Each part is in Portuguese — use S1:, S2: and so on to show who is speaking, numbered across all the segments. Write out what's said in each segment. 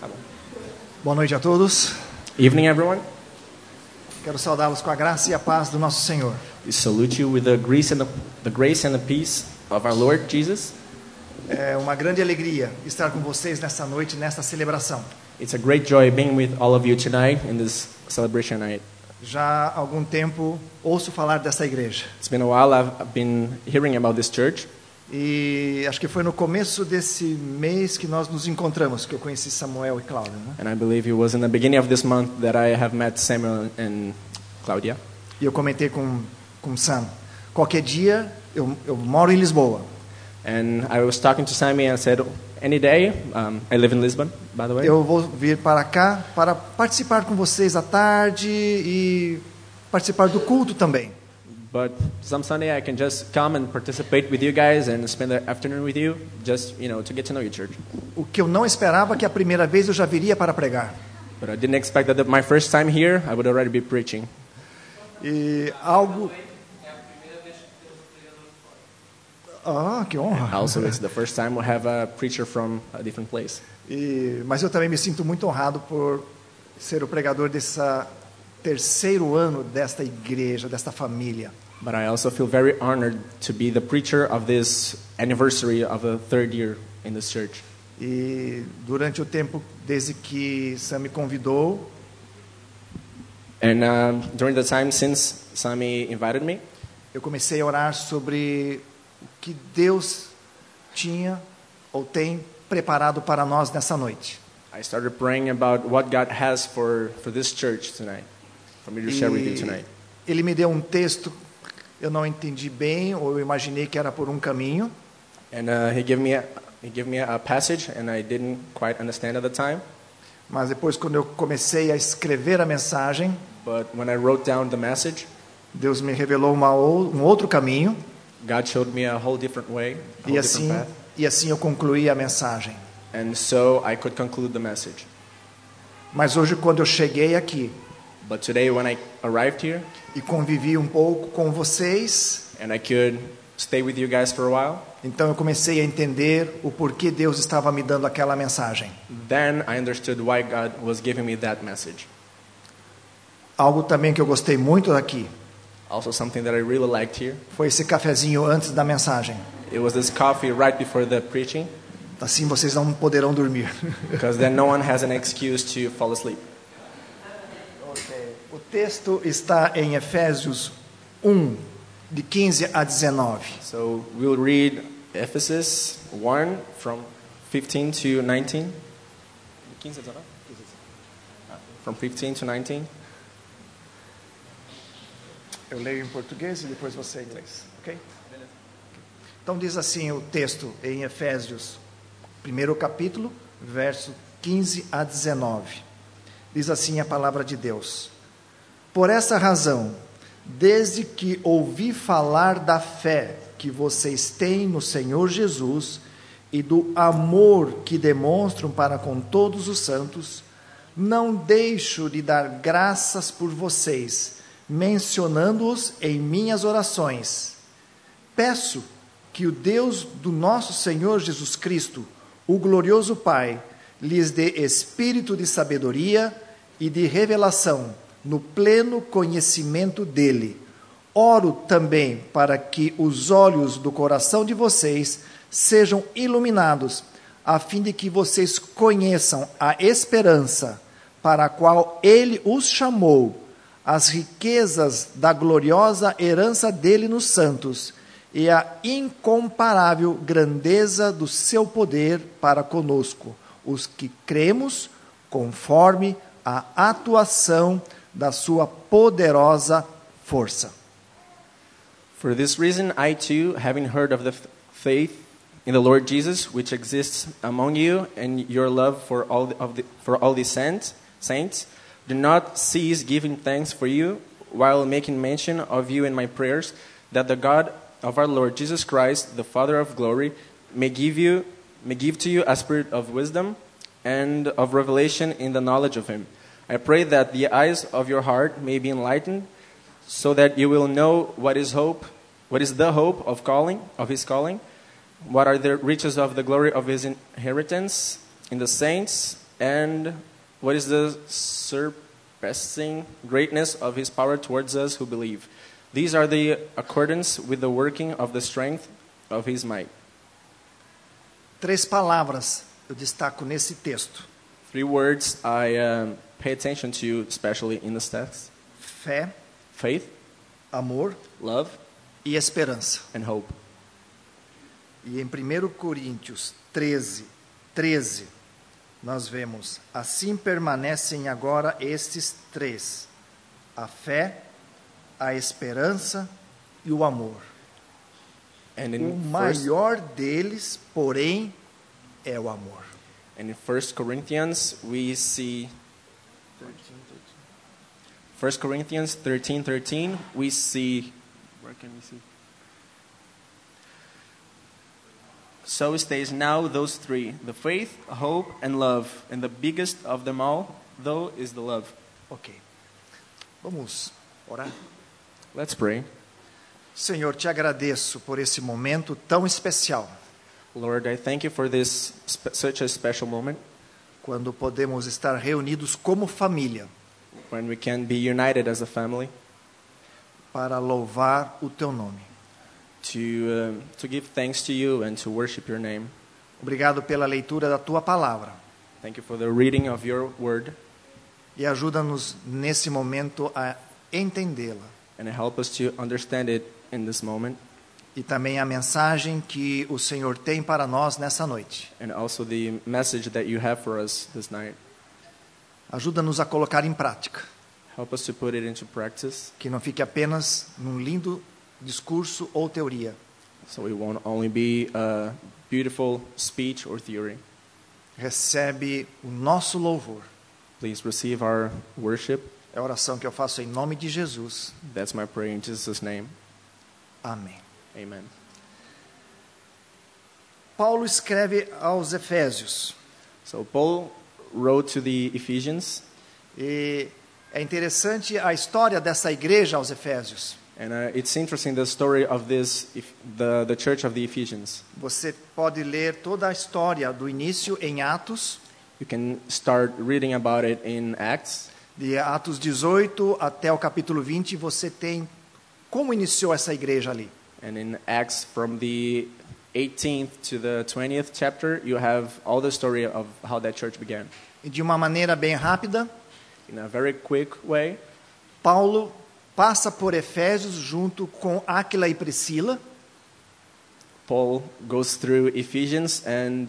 S1: Tá bom.
S2: Boa noite a todos.
S1: Evening, everyone.
S2: Quero saudá-los com a graça e a paz do nosso Senhor.
S1: We salute you with the grace and the, the grace and the peace of our Lord Jesus.
S2: É uma grande alegria estar com vocês nesta noite, nesta celebração.
S1: It's a great joy being with all of you tonight in this celebration night.
S2: Já há algum tempo ouço falar dessa igreja.
S1: It's been a while. I've I've been hearing about this church.
S2: E acho que foi no começo desse mês que nós nos encontramos, que eu conheci Samuel e Cláudio. Né?
S1: And I believe it was in the beginning of this month that I have met Samuel and Claudia.
S2: E eu comentei com, com Sam: qualquer dia eu, eu moro em Lisboa.
S1: And I was talking to Sammy and I said, any day, um, I live in Lisbon, by the way.
S2: Eu vou vir para cá para participar com vocês à tarde e participar do culto também.
S1: But some Sunday I can just come and participate with you guys and spend the afternoon with you, just, you know, to get to know your church.
S2: O que eu não esperava é que a primeira vez eu já viria para pregar.
S1: But I didn't expect that the, my first time here, I would already be preaching.
S2: E algo. Ah, que honra!
S1: Also, it's the first time we have a preacher from a different place.
S2: É. E, mas eu também me sinto muito honrado por ser o pregador dessa terceiro ano desta igreja, desta família.
S1: But I also feel very honored to be the preacher of this anniversary of the third year in this church.
S2: E durante o tempo desde que Sam me convidou,
S1: And um, during the time since Sammy invited me,
S2: eu comecei a orar sobre o que Deus tinha ou tem preparado para nós nessa noite.
S1: I started praying about what God has for, for this church tonight, for me to share with you
S2: E
S1: tonight.
S2: ele me deu um texto, eu não entendi bem, ou eu imaginei que era por um caminho,
S1: And uh, he gave me a, he gave me a passage, and I didn't quite understand at the time.
S2: mas depois quando eu comecei a escrever a mensagem,
S1: But when I wrote down the message,
S2: Deus me revelou uma ou, um outro caminho
S1: God showed me a whole different way, a whole
S2: e assim
S1: different path,
S2: e assim eu concluí a mensagem.
S1: and so I could conclude the message.
S2: Mas hoje quando eu cheguei aqui
S1: But today, when I arrived here,
S2: e convivi um pouco com vocês,
S1: and I could stay with you guys for a while,
S2: então eu comecei a entender o porquê Deus estava me dando aquela mensagem.
S1: then I understood why God was giving me that message.
S2: Algo também que eu gostei muito daqui
S1: Also, something that I really liked here,
S2: foi esse cafezinho antes da mensagem.
S1: it was this coffee right before the preaching.
S2: Assim vocês não poderão dormir.
S1: because then no one has an excuse to fall asleep.
S2: O texto está em Efésios 1, de 15 a 19.
S1: So we'll read Ephesus 1 from 15 to 19. 15, tá? Ah, From 15 to 19.
S2: Eu leio em português e depois você em inglês, ok? Então diz assim o texto em Efésios, primeiro capítulo, verso 15 a 19. Diz assim a palavra de Deus: Por essa razão, desde que ouvi falar da fé que vocês têm no Senhor Jesus e do amor que demonstram para com todos os santos, não deixo de dar graças por vocês, mencionando-os em minhas orações. Peço que o Deus do nosso Senhor Jesus Cristo, o glorioso Pai, lhes dê espírito de sabedoria e de revelação no pleno conhecimento dele. Oro também para que os olhos do coração de vocês sejam iluminados, a fim de que vocês conheçam a esperança para a qual ele os chamou as riquezas da gloriosa herança dele nos santos e a incomparável grandeza do seu poder para conosco, os que cremos, conforme a atuação da sua poderosa força.
S1: For this reason, I too, having heard of the f- faith in the Lord Jesus, which exists among you, and your love for all, the, of the, for all the saints, saints, do not cease giving thanks for you, while making mention of you in my prayers, that the God of our Lord Jesus Christ, the Father of glory, may give, you, may give to you a spirit of wisdom and of revelation in the knowledge of Him. I pray that the eyes of your heart may be enlightened so that you will know what is hope, what is the hope of calling, of his calling, what are the riches of the glory of his inheritance in the saints, and what is the surpassing greatness of his power towards us who believe. These are the accordance with the working of the strength of his might.
S2: Três palavras eu destaco nesse texto:
S1: Three words I um, pay attention to, especially in this text
S2: fé,
S1: faith,
S2: amor
S1: love,
S2: e esperança.
S1: and hope.
S2: E em 1 Coríntios 13, 13, nós vemos: assim permanecem agora estes três: a fé, a esperança e o amor.
S1: And
S2: O
S1: in, first,
S2: maior deles, porém, é o amor.
S1: and in First Corinthians, we see. 1 Corinthians 13 13, we see. Where can we see? So stays now those three the faith, hope, and love. And the biggest of them all, though, is the love.
S2: Ok. Vamos orar?
S1: Let's pray.
S2: Senhor, te agradeço por esse momento tão especial,
S1: Lord, I thank you for this spe- such a special moment
S2: quando podemos estar reunidos como família
S1: when we can be united as a family
S2: para louvar o teu nome.
S1: to um, to give thanks to you and to worship your name.
S2: Obrigado pela leitura da tua palavra
S1: Thank you for the reading of your word
S2: e ajuda-nos nesse momento a entendê-la
S1: and help us to understand it in this moment
S2: e também a mensagem que o Senhor tem para nós nessa noite.
S1: and also the message that you have for us this night.
S2: Ajuda-nos a colocar em prática,
S1: Help us to put it into practice
S2: que não fique apenas num lindo discurso ou teoria.
S1: so it won't only be a beautiful speech or theory.
S2: Recebe o nosso louvor.
S1: Please receive our worship.
S2: É a oração que eu faço em nome de Jesus.
S1: That's my prayer in Jesus' name.
S2: Amém.
S1: Amen.
S2: Paulo escreve aos Efésios
S1: So Paul wrote to the Ephesians
S2: e é interessante a história dessa igreja aos Efésios.
S1: And uh, it's interesting the story of this, if the, the church of the Ephesians.
S2: Você pode ler toda a história do início em Atos,
S1: You can start reading about it in Acts,
S2: de Atos 18 até o capítulo 20, você tem como iniciou essa igreja ali.
S1: and in Acts from the 18th to the 20th chapter, you have all the story of how that church began.
S2: E de uma maneira bem rápida,
S1: In a very quick way,
S2: Paulo passa por Efésios junto com Áquila e Priscila,
S1: Paul goes through Ephesians and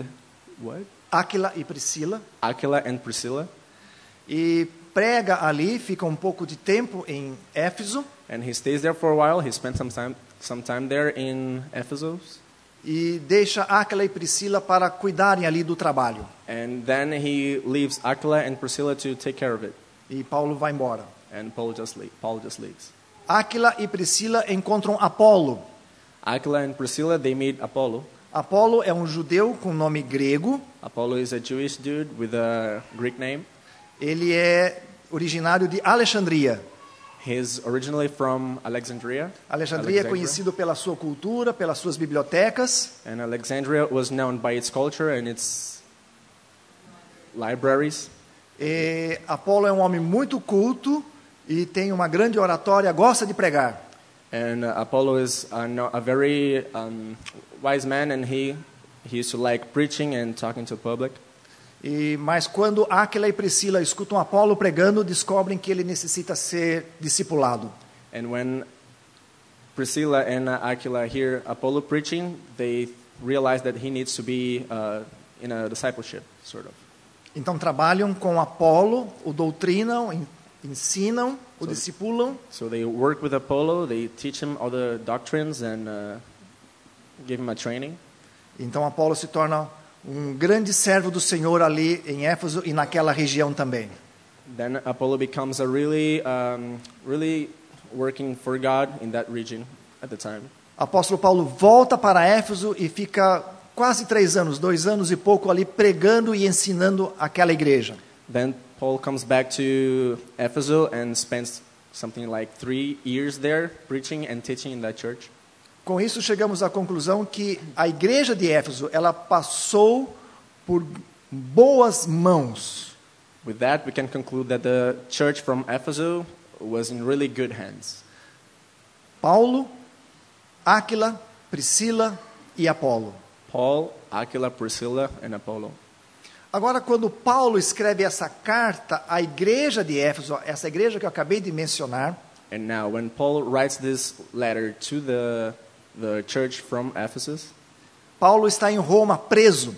S1: what?
S2: Áquila e Priscila,
S1: Aquila and Priscilla,
S2: e prega ali, fica um pouco de tempo em Éfeso,
S1: and he stays there for a while. He spent some time, some time there in Ephesus.
S2: e deixa Áquila e Priscila para cuidarem ali do trabalho.
S1: And then he leaves Aquila and Priscilla to take care of it.
S2: E Paulo vai embora.
S1: and Paul just, le- Paul just leaves.
S2: Áquila e Priscila encontram Apolo.
S1: Aquila and Priscilla, they meet Apollo.
S2: Apolo é um judeu com nome grego.
S1: Apollo is a Jewish dude with a Greek name.
S2: Ele é originário de Alexandria.
S1: He's originally from Alexandria.
S2: Alexandria é conhecido pela sua cultura, pelas suas bibliotecas,
S1: And Alexandria was known by its culture and its libraries.
S2: E Apolo é um homem muito culto e tem uma grande oratória, gosta de pregar.
S1: And uh, Apollo is a, no- a very um, wise man, and he, he used to like preaching and talking to the public.
S2: E mas quando Áquila e Priscila escutam Apolo pregando, descobrem que ele necessita ser discipulado.
S1: And when Priscilla and uh, Aquila hear Apollo preaching, they realize that he needs to be uh, in a discipleship, sort of.
S2: Então trabalham com Apolo, o doutrinam, en- ensinam, o discipulam
S1: So they work with Apollo, they teach him all the doctrines and uh, give him a training.
S2: Então Apolo se torna um grande servo do Senhor ali em Éfeso e naquela região também.
S1: Then Apollo becomes a really, um, really working for God in that region at the time.
S2: Apóstolo Paulo volta para Éfeso e fica quase três anos, dois anos e pouco ali pregando e ensinando aquela igreja.
S1: Then Paul comes back to Ephesus and spends something like three years there preaching and teaching in that church.
S2: Com isso chegamos à conclusão que a igreja de Éfeso ela passou por boas mãos.
S1: With that, we can conclude that the church from Ephesus was in really good hands.
S2: Paulo, Áquila, Priscila e Apolo.
S1: Paul, Aquila, Priscilla, and Apollo.
S2: Agora, quando Paulo escreve essa carta à igreja de Éfeso, essa igreja que eu acabei de mencionar,
S1: And now, when Paul writes this letter to the, the church from Ephesus,
S2: Paulo está em Roma preso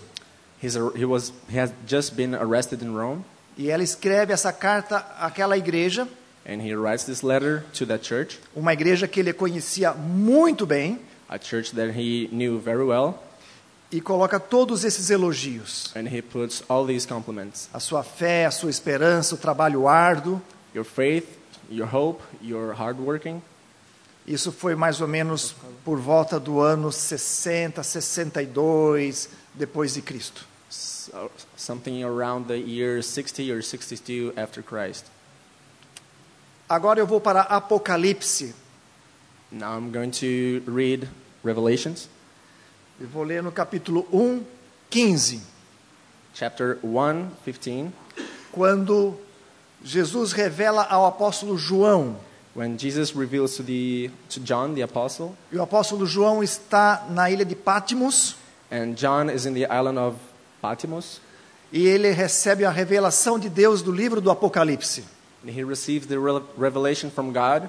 S1: he's, a- he, was, he has just been arrested in Rome,
S2: e ela escreve essa carta àquela igreja,
S1: and he writes this letter to that church,
S2: uma igreja que ele conhecia muito bem,
S1: a church that he knew very well,
S2: e coloca todos esses elogios:
S1: and he puts all these compliments
S2: a sua fé, a sua esperança, o trabalho árduo.
S1: your faith, your hope, your hard working.
S2: Isso foi mais ou menos por volta do ano 60, 62 depois de Cristo.
S1: So, something around the year 60 or 62 after Christ.
S2: Agora eu vou para Apocalipse.
S1: Now I'm going to read Revelations
S2: Eu vou ler no capítulo 1, 15,
S1: chapter 1, 15.
S2: quando Jesus revela ao apóstolo João.
S1: When Jesus reveals to, the, to John the apostle,
S2: E o apóstolo João está na ilha de Patmos
S1: and John is in the island of Patmos,
S2: e ele recebe a revelação de Deus do livro do Apocalipse.
S1: and he receives the re- revelation from God,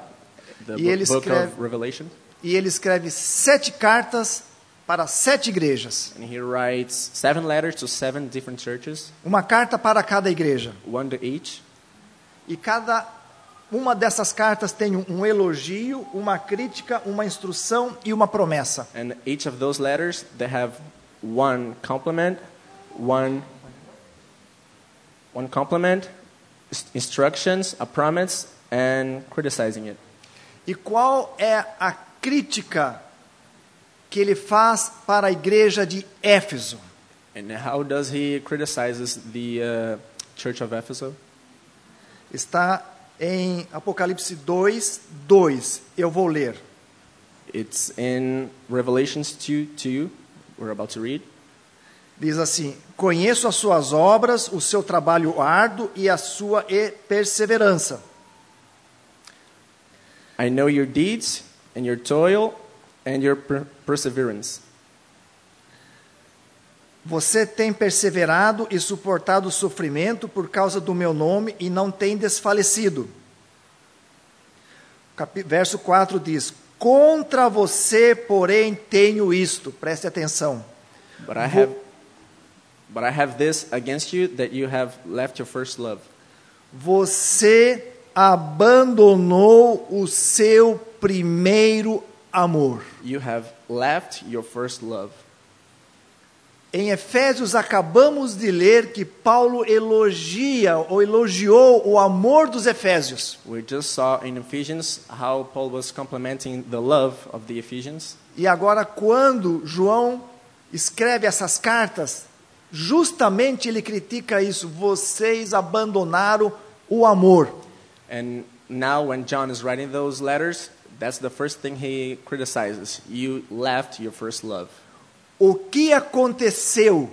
S1: the
S2: E
S1: bo-
S2: ele
S1: book
S2: escreve-
S1: of Revelation,
S2: E ele escreve sete cartas para sete igrejas,
S1: and he writes seven letters to seven different churches,
S2: uma carta para cada igreja.
S1: one to each,
S2: E cada uma dessas cartas tem um- um elogio, uma crítica, uma instrução e uma promessa.
S1: and each of those letters they have one compliment, one one compliment, inst- instructions, a promise, and criticizing it.
S2: E qual é a crítica que ele faz para a igreja de Éfeso?
S1: And how does he criticizes the uh, church of Ephesus?
S2: Está em Apocalipse 2, 2. Eu vou ler.
S1: It's in Revelations 2 2. We're about to read.
S2: Diz assim: Conheço as suas obras, o seu trabalho árduo e a sua e- perseverança.
S1: I know your deeds and your toil and your per- perseverance.
S2: Você tem perseverado e suportado o sofrimento por causa do meu nome e não tem desfalecido. Capi- Verso 4 diz: Contra você, porém, tenho isto. Preste atenção.
S1: But I have but I have this against you that you have left your first love.
S2: Você abandonou o seu primeiro amor.
S1: You have left your first love.
S2: Em Efésios acabamos de ler que Paulo elogia ou elogiou o amor dos Efésios.
S1: We just saw in Ephesians how Paul was complimenting the love of the Ephesians.
S2: E agora quando João escreve essas cartas, justamente ele critica isso, vocês abandonaram o amor.
S1: And now, when John is writing those letters, that's the first thing he criticizes. You left your first love.
S2: O que aconteceu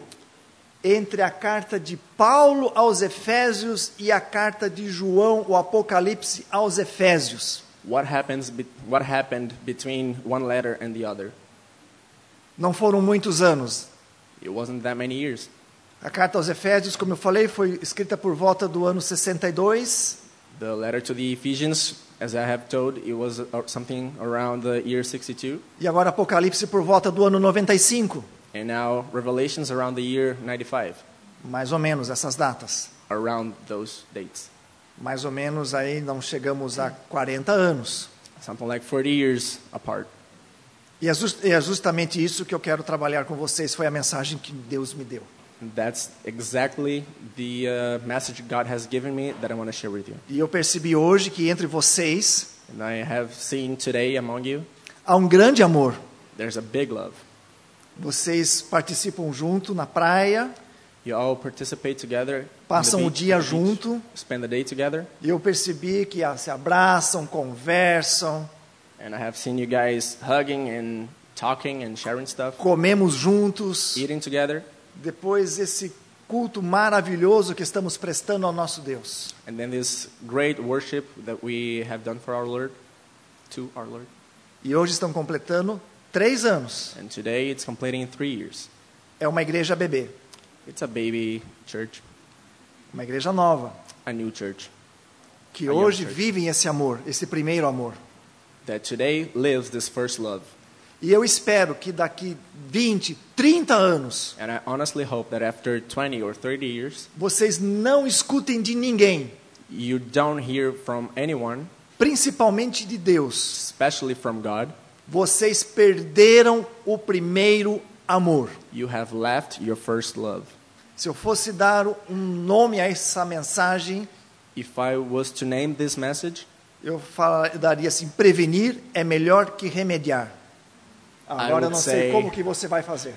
S2: entre a carta de Paulo aos Efésios e a carta de João, o Apocalipse aos Efésios?
S1: What, happens be- what happened between one letter and the other?
S2: Não foram muitos anos.
S1: It wasn't that many years.
S2: A carta aos Efésios, como eu falei, foi escrita por volta do ano 62
S1: The letter to the Ephesians, as I have told, it was uh, something around the year 62,
S2: e agora Apocalipse por volta do ano 95,
S1: and now Revelations around the year 95,
S2: mais ou menos essas datas.
S1: around those dates.
S2: Mais ou menos aí não chegamos a 40 anos.
S1: Something like 40 years apart.
S2: E é jus- e é justamente isso que eu quero trabalhar com vocês, foi a mensagem que Deus me deu.
S1: That's exactly the uh, message God has given me that I want to share with you.
S2: E eu percebi hoje que entre vocês
S1: And I have seen today among you,
S2: há um grande amor.
S1: there's a big love.
S2: Vocês participam junto na praia,
S1: You all participate together. on the
S2: passam o
S1: beach,
S2: um dia
S1: on the beach,
S2: junto,
S1: Spend the day together.
S2: e eu percebi que ah, se abraçam, conversam,
S1: And I have seen you guys hugging and talking and sharing stuff,
S2: comemos juntos.
S1: eating together.
S2: Depois esse culto maravilhoso que estamos prestando ao nosso Deus.
S1: and then this great worship that we have done for our Lord, to our Lord.
S2: E hoje estão completando três anos.
S1: And today it's completing three years.
S2: É uma igreja bebê,
S1: It's a baby church,
S2: uma igreja nova,
S1: a new church
S2: que
S1: A young
S2: hoje
S1: church.
S2: vivem esse amor, esse primeiro amor.
S1: that today lives this first love.
S2: E eu espero que daqui 20, 30 anos,
S1: And I honestly hope that after 20 or 30 years,
S2: vocês não escutem de ninguém,
S1: you don't hear from anyone,
S2: principalmente de Deus.
S1: especially from God,
S2: Vocês perderam o primeiro amor.
S1: you have left your first love.
S2: Se eu fosse dar um nome a essa mensagem,
S1: If I was to name this message,
S2: eu, fala- eu daria assim: prevenir é melhor que remediar. Agora eu
S1: would
S2: não sei
S1: say-
S2: como que você vai fazer.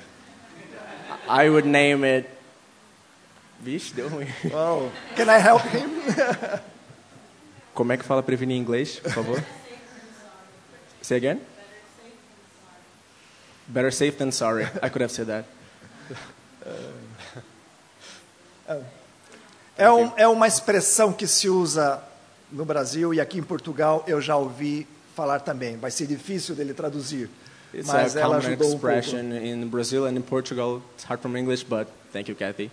S1: I would name it. Vixe, deu ruim. Oh.
S2: Wow. Can I help him?
S1: Como é que fala prevenir em inglês, por favor? Say again? Better safe than sorry. I could have said that.
S2: É, um- é uma expressão que se usa no Brasil e aqui em Portugal eu já ouvi falar também. Vai ser difícil dele traduzir,
S1: It's
S2: mas
S1: a
S2: ela
S1: common
S2: ajudou um pouco.
S1: expression in Brazil and in Portugal. It's hard from English, but thank you, Kathy.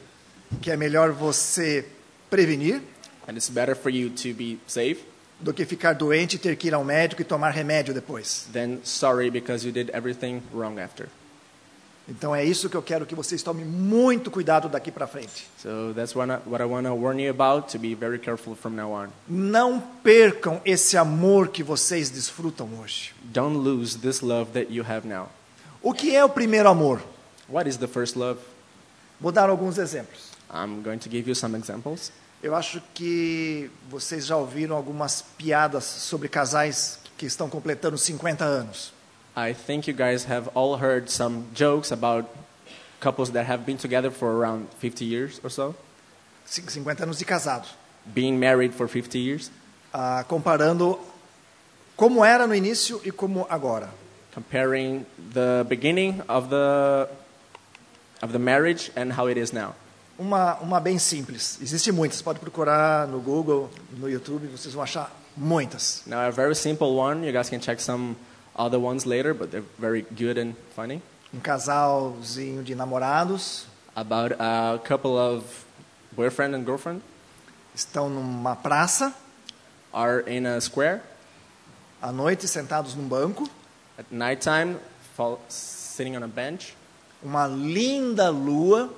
S2: Que é melhor você prevenir
S1: And it's better for you to be safe
S2: do que ficar doente, ter que ir ao médico e tomar remédio depois.
S1: than sorry because you did everything wrong after.
S2: Então é isso que eu quero que vocês tomem muito cuidado daqui para frente.
S1: So that's what I, what I want to warn you about to be very careful from now on.
S2: Não percam esse amor que vocês desfrutam hoje.
S1: Don't lose this love that you have now.
S2: O que é o primeiro amor?
S1: What is the first love?
S2: Vou dar alguns exemplos.
S1: I'm going to give you some examples.
S2: Eu acho que vocês já ouviram algumas piadas sobre casais que estão completando 50 anos.
S1: I think you guys have all heard some jokes about couples that have been together for around 50 years or so,
S2: Cin- 50 anos de casado.
S1: being married for 50 years,
S2: Ah, comparando como era no início e como agora.
S1: comparing the beginning of the of the marriage and how it is now.
S2: Uma, uma bem simples. Existem muitas. Pode procurar no Google, no YouTube, vocês vão achar muitas.
S1: Now a very simple one, you guys can check some other ones later, but they're very good and funny
S2: Um casalzinho de namorados
S1: about a couple of boyfriend and girlfriend
S2: estão numa praça,
S1: are in a square
S2: à noite, sentados num banco.
S1: at nighttime, fall, sitting on a bench,
S2: Uma linda lua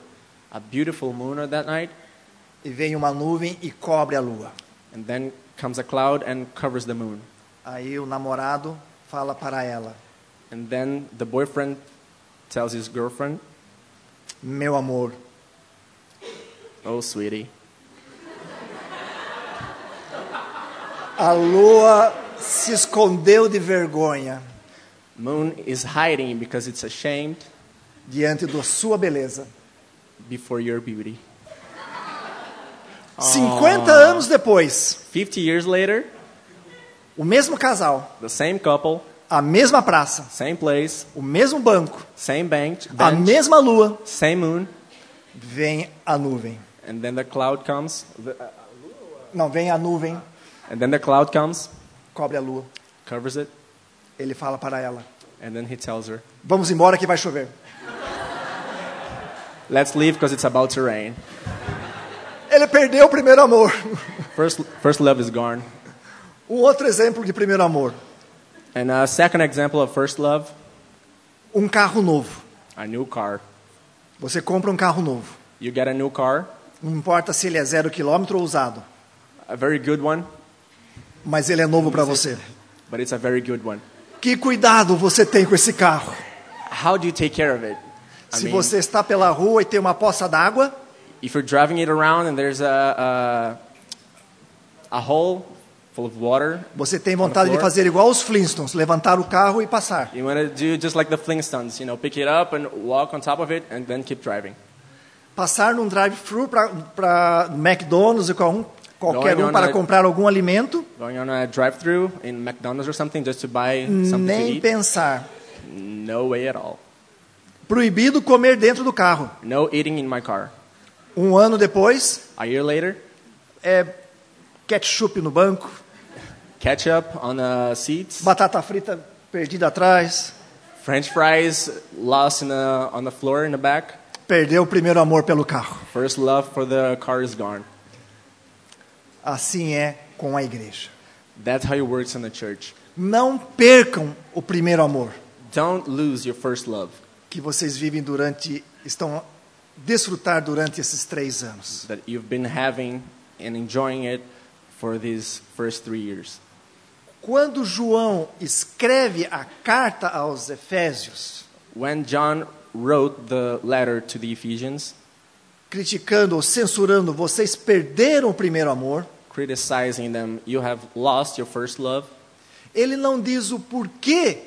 S1: a beautiful moon on that night.
S2: e vem uma nuvem e cobre a lua.
S1: And then comes a cloud and covers the moon.
S2: Aí o namorado fala para ela:
S1: And then the boyfriend tells his girlfriend,
S2: Meu amor,
S1: Oh, sweetie,
S2: a lua se escondeu de vergonha
S1: moon is hiding because it's ashamed
S2: diante da sua beleza.
S1: before your beauty.
S2: Ah. 50 anos depois,
S1: 50 years later,
S2: o mesmo casal,
S1: the same couple,
S2: a mesma praça,
S1: same place,
S2: o mesmo banco,
S1: same bench,
S2: a
S1: bench
S2: mesma lua,
S1: same moon,
S2: vem a nuvem.
S1: and then the cloud comes, the- uh,
S2: Não, vem a nuvem,
S1: and then the cloud comes,
S2: cobre a lua.
S1: covers it,
S2: Ele fala para ela:
S1: and then he tells her,
S2: Vamos embora que vai chover.
S1: Let's leave because it's about to rain.
S2: Ele perdeu o primeiro amor.
S1: First, first love is gone.
S2: Um outro exemplo de primeiro amor:
S1: And a second example of first love,
S2: um carro novo.
S1: a new car.
S2: Você compra um carro novo.
S1: You get a new car,
S2: Não importa se ele é zero quilômetro ou usado,
S1: a very good one,
S2: mas ele é novo para você.
S1: but it's a very good one.
S2: Que cuidado você tem com esse carro?
S1: How do you take care of it? I
S2: Se
S1: mean,
S2: você está pela rua e tem uma poça d'água,
S1: if you're driving it around and there's a, a, a hole full of water,
S2: você tem vontade de
S1: floor.
S2: fazer igual os Flintstones, levantar o carro e passar.
S1: you want to do just like the Flintstones, you know, pick it up and walk on top of it and then keep driving.
S2: Passar num drive-thru para McDonald's ou qual- qualquer
S1: Going
S2: um
S1: on
S2: para
S1: a-
S2: comprar algum alimento,
S1: Going on a drive through in McDonald's or something just to buy something
S2: nem
S1: to eat?
S2: pensar.
S1: No way at all.
S2: Proibido comer dentro do carro.
S1: No eating in my car.
S2: Um ano depois,
S1: A year later,
S2: é ketchup no banco,
S1: ketchup on uh, seats,
S2: batata frita perdida atrás,
S1: French fries lost in the, on the floor in the back.
S2: perdeu o primeiro amor pelo carro.
S1: First love for the car is gone.
S2: Assim é com a igreja.
S1: That's how it works in the church.
S2: Não percam o primeiro amor
S1: Don't lose your first love
S2: que vocês vivem durante, estão a desfrutar durante esses três anos.
S1: that you've been having and enjoying it for these first three years.
S2: Quando João escreve a carta aos Efésios,
S1: When John wrote the letter to the Ephesians,
S2: criticando ou censurando, vocês perderam o primeiro amor,
S1: criticizing them, you have lost your first love.
S2: ele não diz o porquê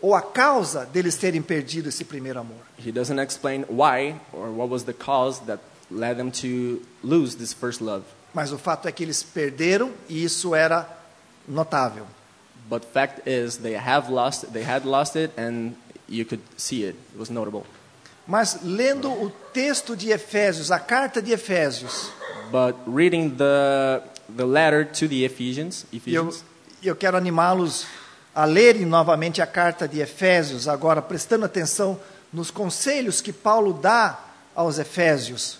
S2: ou a causa deles terem perdido esse primeiro amor.
S1: He doesn't explain why or what was the cause that led them to lose this first love.
S2: Mas o fato é que eles perderam e isso era notável.
S1: But fact is, they have lost. They had lost it, and you could see it. It was notable.
S2: Mas lendo o texto de Efésios, a carta de Efésios,
S1: But reading the the letter to the Ephesians,
S2: e eu,
S1: Ephesians,
S2: eu quero animá-los a lerem novamente a carta de Efésios, agora prestando atenção nos conselhos que Paulo dá aos Efésios.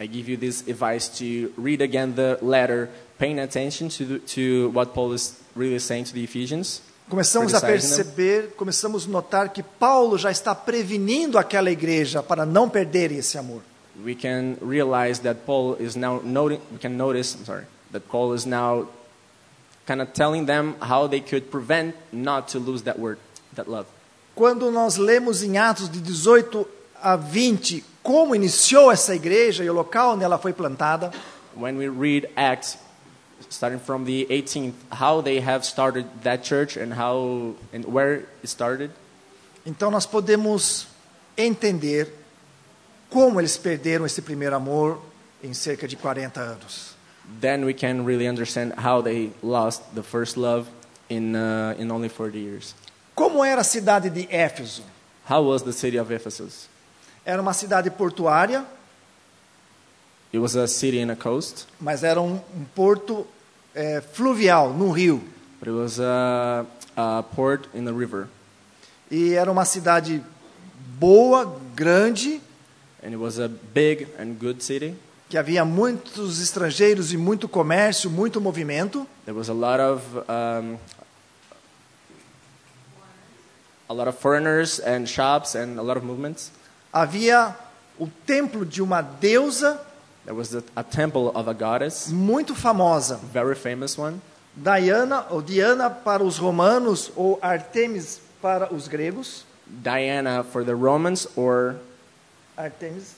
S1: I give you this advice to read again the letter, paying attention to the, to what Paul is really saying to the Ephesians.
S2: Começamos a
S1: criticizing them.
S2: perceber, começamos a notar que Paulo já está prevenindo aquela igreja para não perderem esse amor.
S1: We can realize that Paul is now noti- We can notice. I'm sorry. That Paul is now kind of telling them how they could prevent not to lose that word, that love.
S2: Quando nós lemos em Atos de 18 a 20 como iniciou essa igreja e o local onde ela foi plantada,
S1: when we read Acts, starting from the 18th, how they have started that church and how and where it started,
S2: então nós podemos entender como eles perderam esse primeiro amor em cerca de 40 anos.
S1: then we can really understand how they lost the first love in uh, in only 40 years.
S2: Como era a cidade de Éfeso?
S1: How was the city of Ephesus?
S2: Era uma cidade portuária,
S1: It was a city in a coast,
S2: mas era um, um porto eh, fluvial, num rio.
S1: but it was a, a port in the river,
S2: E era uma cidade boa, grande,
S1: and it was a big and good city.
S2: que havia muitos estrangeiros e muito comércio, muito movimento.
S1: There was a lot of um, a lot of foreigners and shops and a lot of movements.
S2: Havia o templo de uma deusa
S1: There was a, a temple of a goddess,
S2: muito famosa,
S1: very famous one,
S2: Diana ou Diana para os romanos ou Artemis para os gregos.
S1: Diana for the Romans or
S2: Artemis,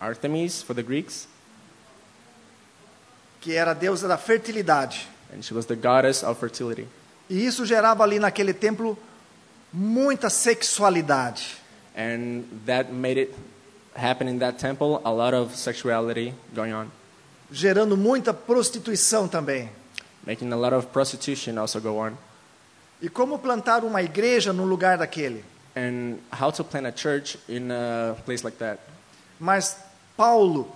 S1: Artemis for the Greeks,
S2: que era a deusa da fertilidade.
S1: and she was the goddess of fertility.
S2: E isso gerava ali naquele templo muita sexualidade.
S1: And that made it happen in that temple, a lot of sexuality going on,
S2: gerando muita prostituição também.
S1: making a lot of prostitution also go on.
S2: E como plantar uma igreja no lugar daquele?
S1: And how to plant a church in a place like that?
S2: Mas Paulo,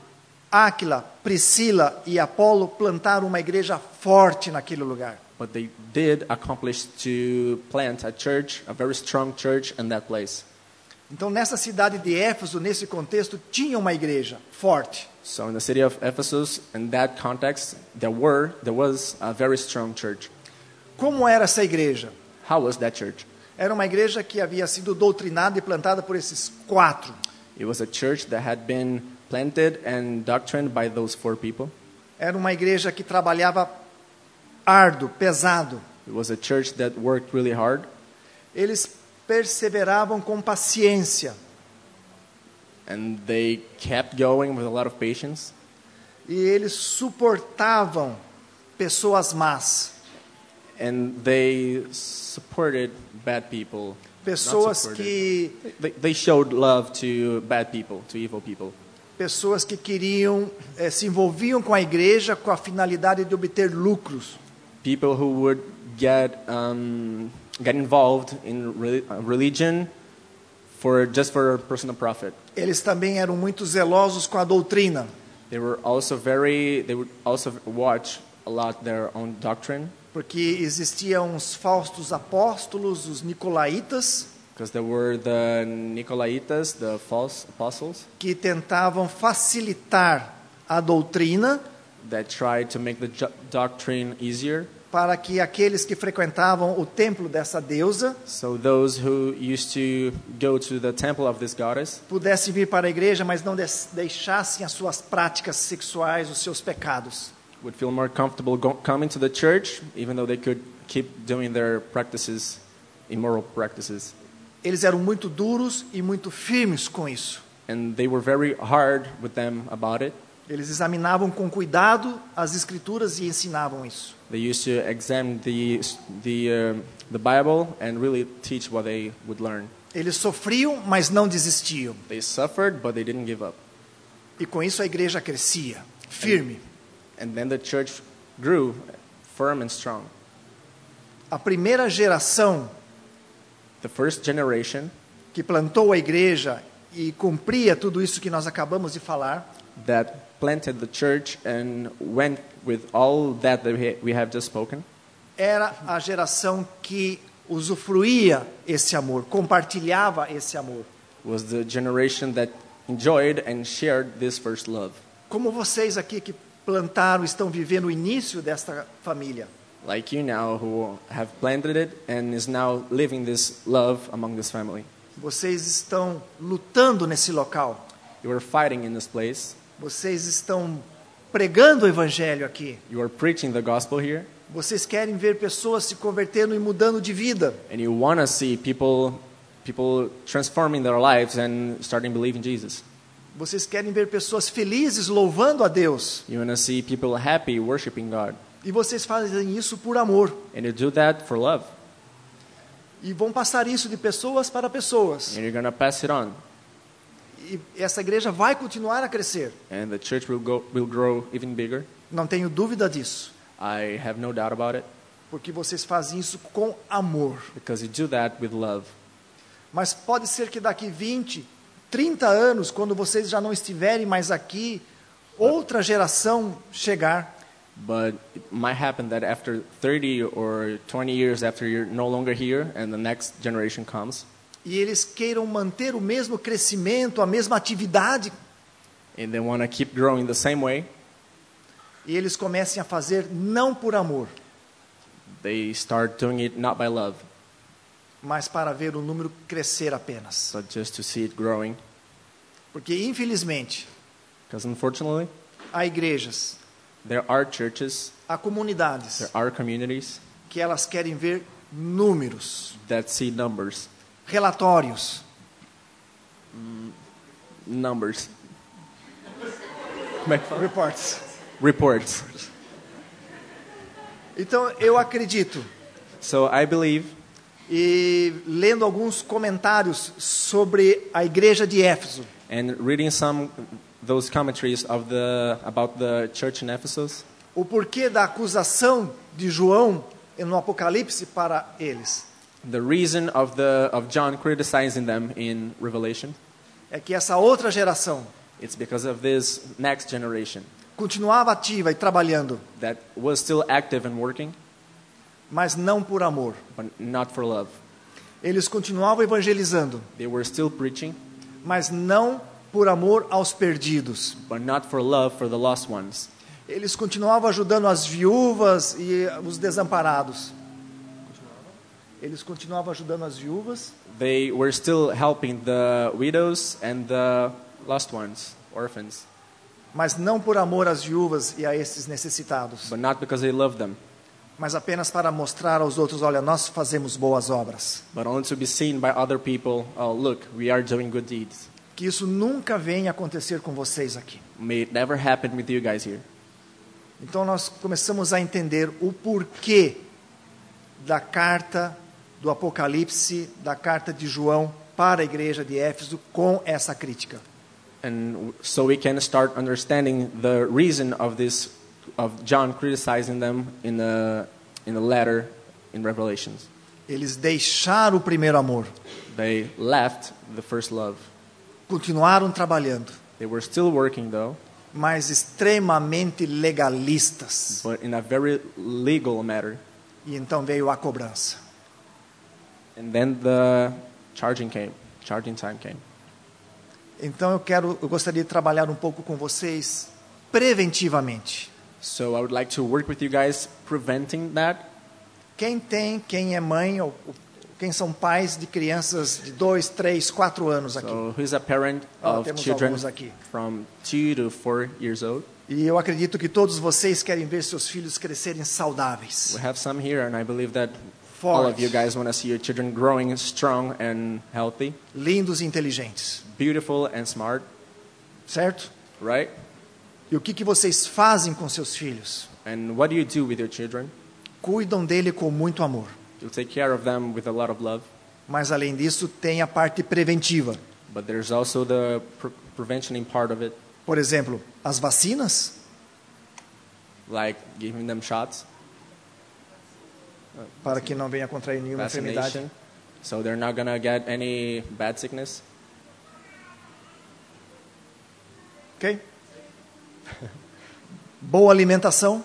S2: Áquila, Priscila e Apolo plantaram uma igreja forte naquele lugar.
S1: But they did accomplish to plant a church, a very strong church in that place.
S2: Então, nessa cidade de Éfeso, nesse contexto, tinha uma igreja forte.
S1: So in the city of Ephesus, in that context, there were there was a very strong church.
S2: Como era essa igreja?
S1: How was that church?
S2: Era uma igreja que havia sido doutrinada e plantada por esses quatro.
S1: It was a church that had been planted and doctrined by those four people.
S2: Era uma igreja que trabalhava árduo, pesado.
S1: It was a church that worked really hard
S2: Eles perseveravam com paciência.
S1: and they kept going with a lot of patience
S2: e eles suportavam pessoas más,
S1: and they supported bad people. Not
S2: pessoas
S1: supported.
S2: que
S1: they, they showed love to bad people, to evil people.
S2: pessoas que queriam eh, se envolviam com a igreja com a finalidade de obter lucros.
S1: people who would get um, get involved in re- uh, religion for just for personal profit.
S2: Eles também eram muito zelosos com a doutrina.
S1: They were also very they would also watch a lot their own doctrine
S2: porque existiam os falsos apóstolos, os nicolaítas,
S1: because there were the Nicolaitas, the false apostles
S2: que tentavam facilitar a doutrina
S1: that tried to make the ju- doctrine easier.
S2: para que aqueles que frequentavam o templo dessa deusa
S1: So those who used to go to the temple of this goddess
S2: pudessem vir para a igreja, mas não des- deixassem as suas práticas sexuais, os seus pecados.
S1: would feel more comfortable go- coming to the church, even though they could keep doing their practices, immoral practices.
S2: Eles eram muito duros e muito firmes com isso.
S1: And they were very hard with them about it.
S2: Eles examinavam com cuidado as escrituras e ensinavam isso.
S1: They used to examine the the uh, the Bible and really teach what they would learn.
S2: Eles sofriam, mas não desistiam.
S1: They suffered, but they didn't give up.
S2: E com isso a igreja crescia, firme.
S1: And then the church grew firm and strong.
S2: A primeira geração
S1: The first generation
S2: que plantou a igreja e cumpria tudo isso que nós acabamos de falar,
S1: that planted the church and went with all that that we- we have just spoken
S2: era a geração que usufruía esse amor, compartilhava esse amor.
S1: was the generation that enjoyed and shared this first love.
S2: Como vocês aqui que plantaram estão vivendo o início desta família.
S1: Like you now, who have planted it and is now living this love among this family.
S2: Vocês estão lutando nesse local.
S1: You are fighting in this place.
S2: Vocês estão pregando o evangelho aqui.
S1: You are preaching the gospel here.
S2: Vocês querem ver pessoas se convertendo e mudando de vida.
S1: and you want to see people people transforming their lives and starting believing Jesus.
S2: Vocês querem ver pessoas felizes louvando a Deus.
S1: You want to see people happy worshiping God,
S2: E vocês fazem isso por amor.
S1: and you do that for love,
S2: E vão passar isso de pessoas para pessoas.
S1: and you're gonna pass it on,
S2: E essa igreja vai continuar a crescer.
S1: and the church will go will grow even bigger.
S2: Não tenho dúvida disso.
S1: I have no doubt about it
S2: Porque vocês fazem isso com amor.
S1: because you do that with love.
S2: Mas pode ser que daqui 20, 30 anos, quando vocês já não estiverem mais aqui, outra geração chegar
S1: But it might happen that after 30 or 20 years after you're no longer here, and the next generation comes,
S2: e eles queiram manter o mesmo crescimento, a mesma atividade,
S1: and they want to keep growing the same way.
S2: e eles comecem a fazer não por amor,
S1: They start doing it not by love,
S2: mas para ver o número crescer apenas.
S1: but just to see it growing.
S2: Porque, infelizmente,
S1: Because unfortunately,
S2: há igrejas,
S1: there are churches,
S2: há comunidades
S1: there are communities
S2: que elas querem ver números,
S1: that see numbers,
S2: relatórios,
S1: numbers. Como é que fala?
S2: reports.
S1: Reports.
S2: Então, eu acredito,
S1: So I believe,
S2: e lendo alguns comentários sobre a igreja de Éfeso,
S1: and reading some those commentaries of the about the church in Ephesus,
S2: o porquê da acusação de João no Apocalipse para eles.
S1: the reason of the of John criticizing them in Revelation,
S2: É que essa outra geração
S1: it's because of this next generation
S2: continuava ativa e trabalhando,
S1: that was still active and working,
S2: mas não por amor.
S1: but not for love.
S2: Eles continuavam evangelizando,
S1: They were still preaching,
S2: mas não por amor aos perdidos.
S1: but not for love for the lost ones.
S2: Eles continuavam ajudando as viúvas e os desamparados. Eles continuavam ajudando as viúvas
S1: they were still helping the widows and the lost ones, orphans,
S2: mas não por amor às viúvas e a esses necessitados,
S1: but not because they loved them,
S2: mas apenas para mostrar aos outros: olha, nós fazemos boas obras.
S1: but only to be seen by other people. Oh, look, we are doing good deeds.
S2: Que isso nunca venha acontecer com vocês aqui.
S1: May it never happen with you guys here.
S2: Então nós começamos a entender o porquê da carta do Apocalipse, da carta de João para a igreja de Éfeso com essa crítica.
S1: And w- so we can start understanding the reason of this, of John criticizing them in the, in the letter in Revelations.
S2: Eles deixaram o primeiro amor.
S1: They left the first love.
S2: Continuaram trabalhando,
S1: They were still working though,
S2: mas extremamente legalistas.
S1: but in a very legal matter.
S2: E então veio a cobrança.
S1: And then the charging came, charging time came.
S2: Então eu quero, eu gostaria de trabalhar um pouco com vocês preventivamente.
S1: So I would like to work with you guys preventing that.
S2: Quem tem, quem é mãe ou ou quem são pais de crianças de 2, 3, 4 anos aqui.
S1: So who's a parent
S2: Ó,
S1: of
S2: temos
S1: children
S2: alguns aqui.
S1: from 2 to 4 years old?
S2: E eu acredito que todos vocês querem ver seus filhos crescerem saudáveis.
S1: We have some here and I believe that all
S2: Forte.
S1: of you guys want to see your children growing strong and healthy,
S2: lindos e inteligentes,
S1: beautiful and smart,
S2: certo?
S1: right?
S2: E o que, que vocês fazem com seus filhos?
S1: And what do you do with your children?
S2: Cuidam dele com muito amor.
S1: You take care of them with a lot of love,
S2: Mas além disso, tem a parte preventiva.
S1: but there's also the pre- preventioning part of it,
S2: Por exemplo, as vacinas,
S1: like giving them shots,
S2: para que não venha contrair nenhuma enfermidade.
S1: vaccination, so they're not gonna get any bad sickness.
S2: Ok? Boa alimentação,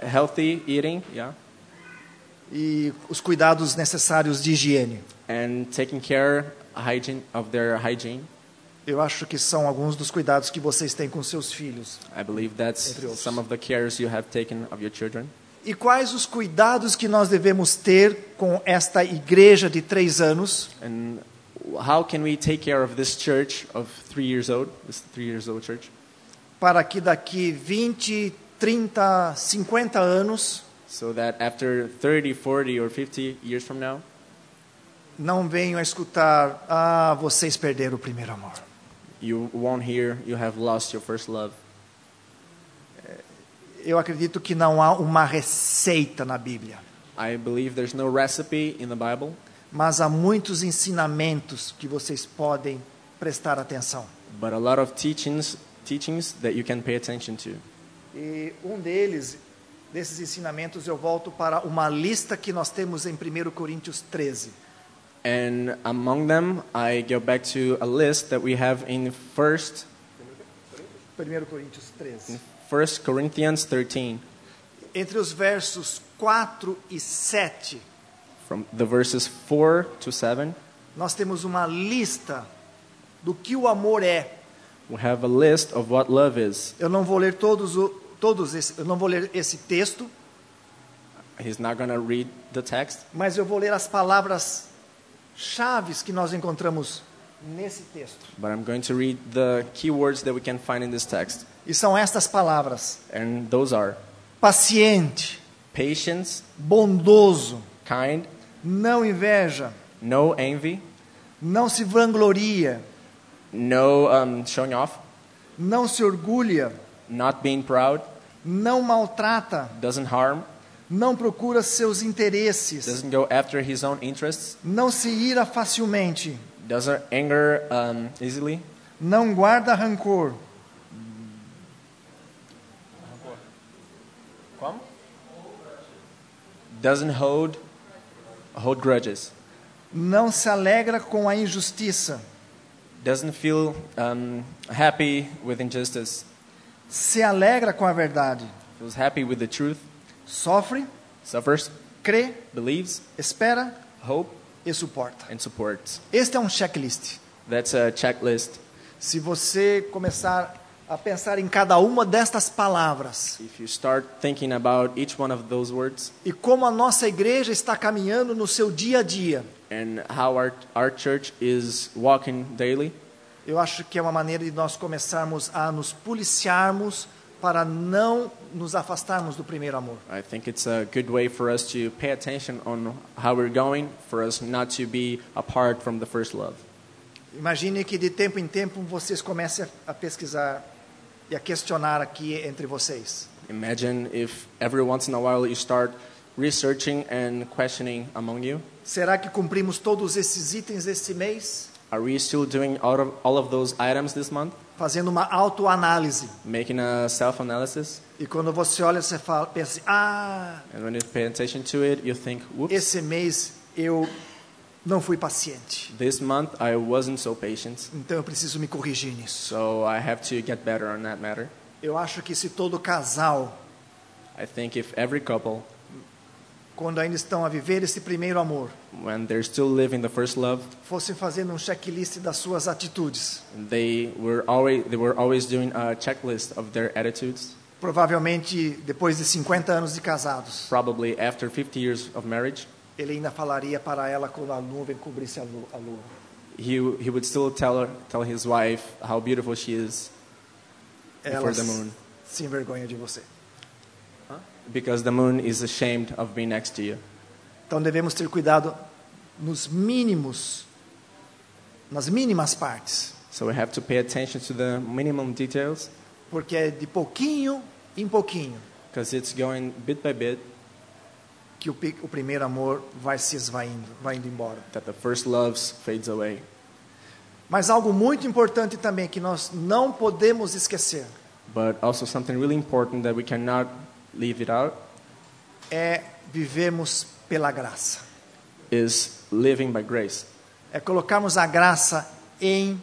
S1: Healthy eating, yeah,
S2: e os cuidados necessários de higiene.
S1: and taking care hygiene of their hygiene.
S2: Eu acho que são alguns dos cuidados que vocês têm com seus filhos.
S1: I believe that's
S2: Entre outros.
S1: some of the cares you have taken of your children.
S2: E quais os cuidados que nós devemos ter com esta igreja de três anos,
S1: And how can we take care of this church of three years old, this three years old church,
S2: para que daqui 20, 30, 50 anos
S1: so that after 30, 40, or 50 years from now,
S2: não venham a escutar: ah, vocês perderam o primeiro amor.
S1: you won't hear you have lost your first love.
S2: Eu acredito que não há uma receita na Bíblia,
S1: I believe there's no recipe in the Bible,
S2: mas há muitos ensinamentos que vocês podem prestar atenção.
S1: but a lot of teachings teachings that you can pay attention to.
S2: E um deles, desses ensinamentos, eu volto para uma lista que nós temos em 1 Coríntios 13.
S1: And among them, I go back to a list that we have in First
S2: 1 Coríntios 13.
S1: First Corinthians 13,
S2: Entre os versos 4 e 7,
S1: from the verses 4 to 7.
S2: nós temos uma lista do que o amor é.
S1: We have a list of what love is.
S2: Eu não vou ler todos o, todos esse, eu não vou ler esse texto,
S1: He's not going to read the text,
S2: mas eu vou ler as palavras chaves que nós encontramos nesse texto.
S1: but I'm going to read the keywords that we can find in this text.
S2: E são estas palavras:
S1: And those are
S2: paciente,
S1: patience,
S2: bondoso,
S1: kind,
S2: não inveja,
S1: no envy,
S2: não se vangloria,
S1: no um, showing off,
S2: não se orgulha,
S1: not being proud,
S2: não maltrata,
S1: doesn't harm,
S2: não procura seus interesses,
S1: doesn't go after his own interests,
S2: não se ira facilmente,
S1: doesn't anger um, easily,
S2: não guarda rancor,
S1: doesn't hold hold grudges,
S2: não se alegra com a injustiça,
S1: doesn't feel um, happy with injustice,
S2: se alegra com a verdade,
S1: feels happy with the truth,
S2: sofre,
S1: suffers,
S2: crê,
S1: believes,
S2: espera
S1: hope,
S2: e suporta.
S1: and supports.
S2: Este é um checklist.
S1: That's a checklist.
S2: Se você começar a pensar em cada uma destas palavras
S1: If you start thinking about each one of those words
S2: e como a nossa igreja está caminhando no seu dia a dia,
S1: and how our, our church is walking daily,
S2: eu acho que é uma maneira de nós começarmos a nos policiarmos para não nos afastarmos do primeiro amor.
S1: I think it's a good way for us to pay attention on how we're going, for us not to be apart from the first love.
S2: Imagine que de tempo em tempo vocês comecem a a pesquisar e a questionar aqui entre vocês.
S1: Imagine if every once in a while you start researching and questioning among you.
S2: Será que cumprimos todos esses itens este mês?
S1: Are we still doing all of, all of those items this month?
S2: fazendo uma autoanálise.
S1: making a self analysis.
S2: E quando você olha, você fala, pensa, ah,
S1: And when you pay attention to it, you think, whoops,
S2: esse mês eu não fui paciente.
S1: this month I wasn't so patient,
S2: Então eu preciso me corrigir nisso.
S1: so I have to get better on that matter.
S2: Eu acho que se todo casal,
S1: I think if every couple,
S2: quando ainda estão a viver esse primeiro amor,
S1: when they're still living the first love,
S2: fossem fazendo um checklist das suas atitudes,
S1: they were always, they were always doing a checklist of their attitudes.
S2: provavelmente depois de 50 anos de casados,
S1: Probably after 50 years of marriage,
S2: ele ainda falaria para ela quando a nuvem cobrisse a lu- a lua.
S1: he, he would still tell, her, tell his wife how beautiful she is
S2: Ela
S1: before the moon.
S2: se envergonha de você.
S1: Because the moon is ashamed of being next to you.
S2: Então devemos ter cuidado nos mínimos, nas mínimas partes,
S1: So we have to pay attention to the minimum details
S2: porque é de pouquinho em pouquinho
S1: because it's going bit by bit
S2: que o, pi- o primeiro amor vai se esvaindo, vai indo embora.
S1: that the first loves fades away.
S2: Mas algo muito importante também que nós não podemos esquecer
S1: But also something really important that we cannot leave it out
S2: é vivemos pela graça.
S1: is living by grace.
S2: É colocarmos a graça em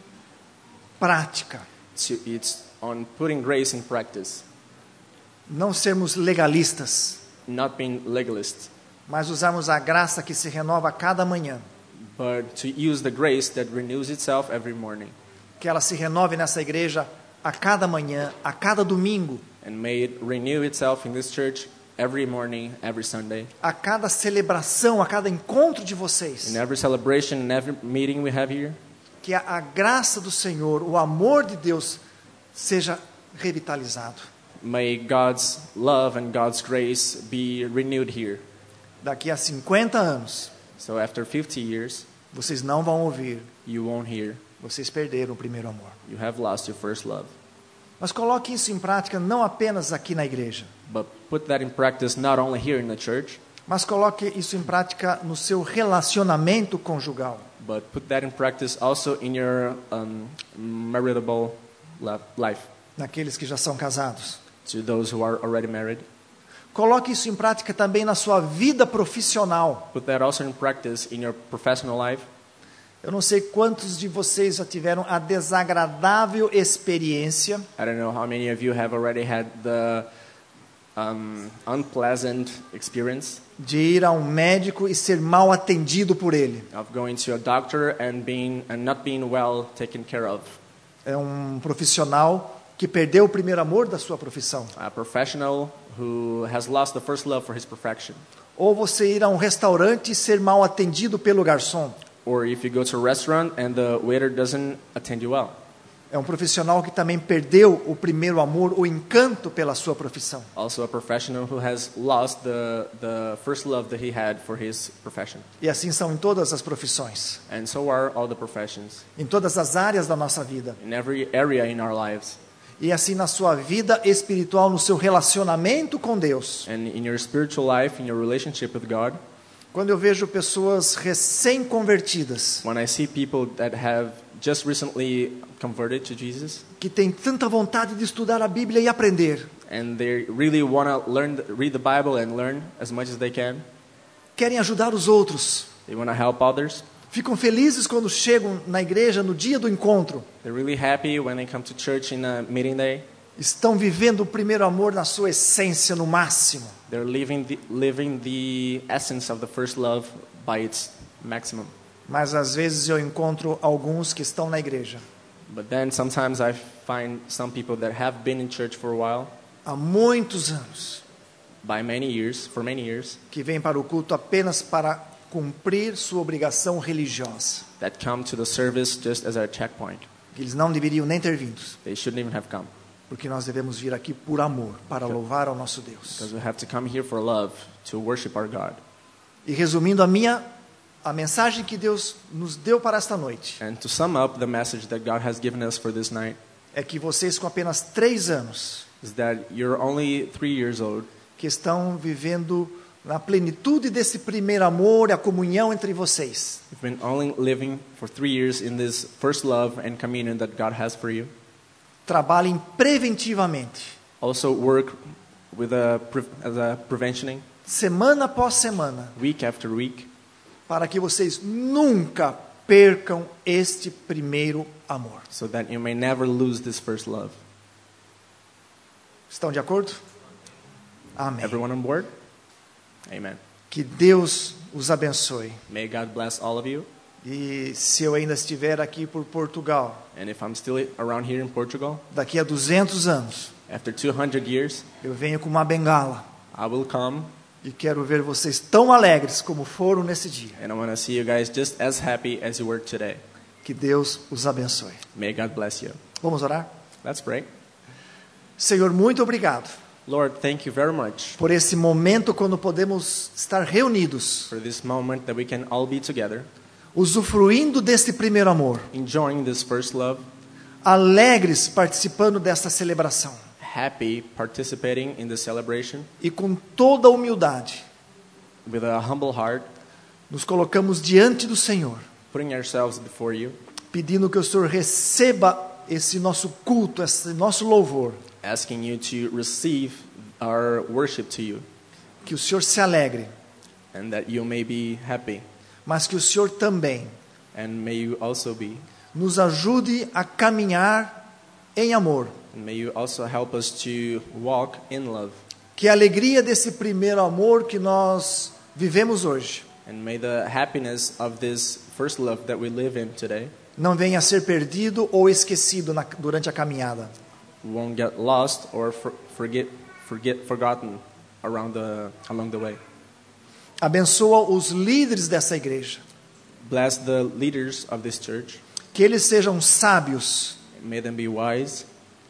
S2: prática,
S1: So it's on putting grace in practice,
S2: não sermos legalistas,
S1: not being legalist,
S2: mas usarmos a graça que se renova a cada manhã.
S1: but to use the grace that renews itself every morning.
S2: que ela se renove nessa igreja a cada manhã, a cada domingo,
S1: And may it renew itself in this church every morning, every Sunday.
S2: a cada celebração, a cada encontro de vocês.
S1: In every celebration and every meeting we have here,
S2: Que a, a graça do Senhor, o amor de Deus, seja revitalizado.
S1: May God's love and God's grace be renewed here.
S2: Daqui a 50 anos,
S1: So after 50 years,
S2: vocês não vão ouvir,
S1: you won't hear.
S2: vocês perderam o primeiro amor.
S1: You have lost your first love.
S2: Mas coloque isso em prática não apenas aqui na igreja,
S1: But put that in practice not only here in the church,
S2: mas coloque isso em prática no seu relacionamento conjugal.
S1: but put that in practice also in your um, marital la- life
S2: Naqueles que já são casados.
S1: to those who are already married.
S2: Coloque isso em prática também na sua vida profissional.
S1: Put that also in practice in your professional life.
S2: Eu não sei quantos de vocês já tiveram a desagradável experiência
S1: I don't know how many of you have already had the um, unpleasant experience
S2: de ir a um médico e ser mal atendido por ele.
S1: of going to a doctor and being and not being well taken care of.
S2: É um profissional que perdeu o primeiro amor da sua profissão.
S1: A professional who has lost the first love for his perfection.
S2: Ou você ir a um restaurante e ser mal atendido pelo garçom.
S1: Or if you go to a restaurant and the waiter doesn't attend you well.
S2: É um profissional que também perdeu o primeiro amor, o encanto pela sua profissão.
S1: Also a professional who has lost the the first love that he had for his profession.
S2: E assim são em todas as profissões,
S1: And so are all the professions
S2: em todas as áreas da nossa vida.
S1: in every area in our lives.
S2: E assim na sua vida espiritual, no seu relacionamento com Deus.
S1: And in your spiritual life, in your relationship with God,
S2: Quando eu vejo pessoas recém-convertidas,
S1: when I see people that have just recently converted to Jesus
S2: que têm tanta vontade de estudar a Bíblia e aprender,
S1: and they really want to learn read the Bible and learn as much as they can.
S2: querem ajudar os outros,
S1: They want to help others.
S2: ficam felizes quando chegam na igreja no dia do encontro,
S1: They're really happy when they come to church in a meeting day.
S2: estão vivendo o primeiro amor na sua essência no máximo.
S1: They're living the, living the essence of the first love by its maximum.
S2: Mas às vezes eu encontro alguns que estão na igreja
S1: But then sometimes I find some people that have been in church for a while,
S2: há muitos anos,
S1: by many years, for many years,
S2: que vêm para o culto apenas para cumprir sua obrigação religiosa,
S1: that come to the service just as a checkpoint.
S2: que eles não deveriam nem ter vindo,
S1: They shouldn't even have come
S2: porque nós devemos vir aqui por amor, para louvar ao nosso Deus.
S1: because we have to come here for love to worship our God.
S2: E resumindo a minha a mensagem que Deus nos deu para esta noite
S1: And to sum up the message that God has given us for this night
S2: é que vocês com apenas três anos
S1: is that you're only three years old
S2: que estão vivendo na plenitude desse primeiro amor e a comunhão entre vocês,
S1: You've been only living for three years in this first love and communion that God has for you.
S2: trabalhem preventivamente,
S1: Also work with a, pre- as a preventioning
S2: semana após semana,
S1: week after week
S2: para que vocês nunca percam este primeiro amor.
S1: so that you may never lose this first love.
S2: Estão de acordo? Amém.
S1: Everyone on board? Amen.
S2: Que Deus os abençoe.
S1: May God bless all of you.
S2: E se eu ainda estiver aqui por Portugal,
S1: And if I'm still around here in Portugal,
S2: daqui a 200 anos,
S1: after 200 years,
S2: eu venho com uma bengala
S1: I will come
S2: e quero ver vocês tão alegres como foram nesse dia.
S1: and I want to see you guys just as happy as you were today.
S2: Que Deus os abençoe.
S1: May God bless you.
S2: Vamos orar?
S1: Let's pray.
S2: Senhor, muito obrigado
S1: Lord, thank you very much
S2: por esse momento quando podemos estar reunidos,
S1: for this moment that we can all be together,
S2: usufruindo deste primeiro amor,
S1: enjoying this first love,
S2: alegres participando desta celebração
S1: happy participating in the celebration
S2: e com toda humildade
S1: with a humble heart,
S2: nos colocamos diante do Senhor,
S1: putting ourselves before you,
S2: pedindo que o Senhor receba esse nosso culto, esse nosso louvor,
S1: asking you to receive our worship to you
S2: que o Senhor se alegre,
S1: and that you may be happy
S2: mas que o Senhor também
S1: and may you also be
S2: nos ajude a caminhar em amor.
S1: and may you also help us to walk in love
S2: Que a alegria desse primeiro amor que nós vivemos hoje
S1: and may the happiness of this first love that we live in today
S2: não venha a ser perdido ou esquecido na, durante a caminhada,
S1: won't get lost or for, forget, forget forgotten around the along the way
S2: Abençoa os líderes dessa igreja,
S1: bless the leaders of this church
S2: que eles sejam sábios
S1: may them be wise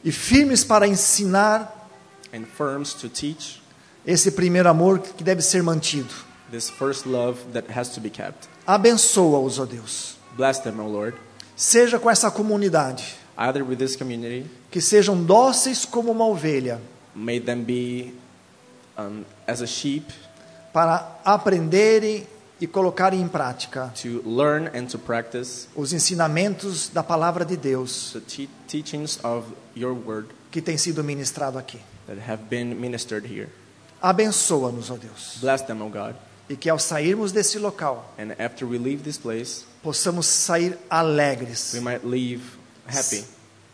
S2: e firmes para ensinar
S1: and firms to teach
S2: esse primeiro amor que deve ser mantido.
S1: this first love that has to be kept.
S2: Abençoa-os, ó Deus.
S1: Bless them, O Lord,
S2: Seja com essa comunidade,
S1: either with this community,
S2: que sejam dóceis como uma ovelha,
S1: may them be um, as a sheep
S2: para aprenderem e colocarem em prática
S1: to learn and to practice
S2: os ensinamentos da palavra de Deus
S1: the te- teachings of your word
S2: que tem sido ministrado aqui.
S1: that have been ministered here.
S2: Abençoa-nos, ó Deus.
S1: Bless them, O God,
S2: E que ao sairmos desse local,
S1: and after we leave this place,
S2: possamos sair alegres,
S1: we might leave happy,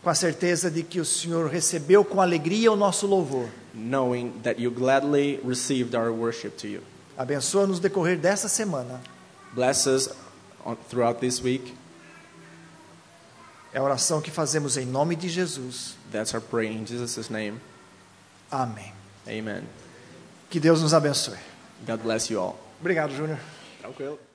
S2: com a certeza de que o Senhor recebeu com alegria o nosso louvor.
S1: knowing that you gladly received our worship to you.
S2: Abençoa-nos no decorrer dessa semana.
S1: Bless us on, throughout this week.
S2: É a oração que fazemos em nome de Jesus.
S1: That's our prayer in Jesus' name.
S2: Amém.
S1: Amen.
S2: Que Deus nos abençoe.
S1: God bless you all.
S2: Obrigado, Júnior.
S1: Tranquilo.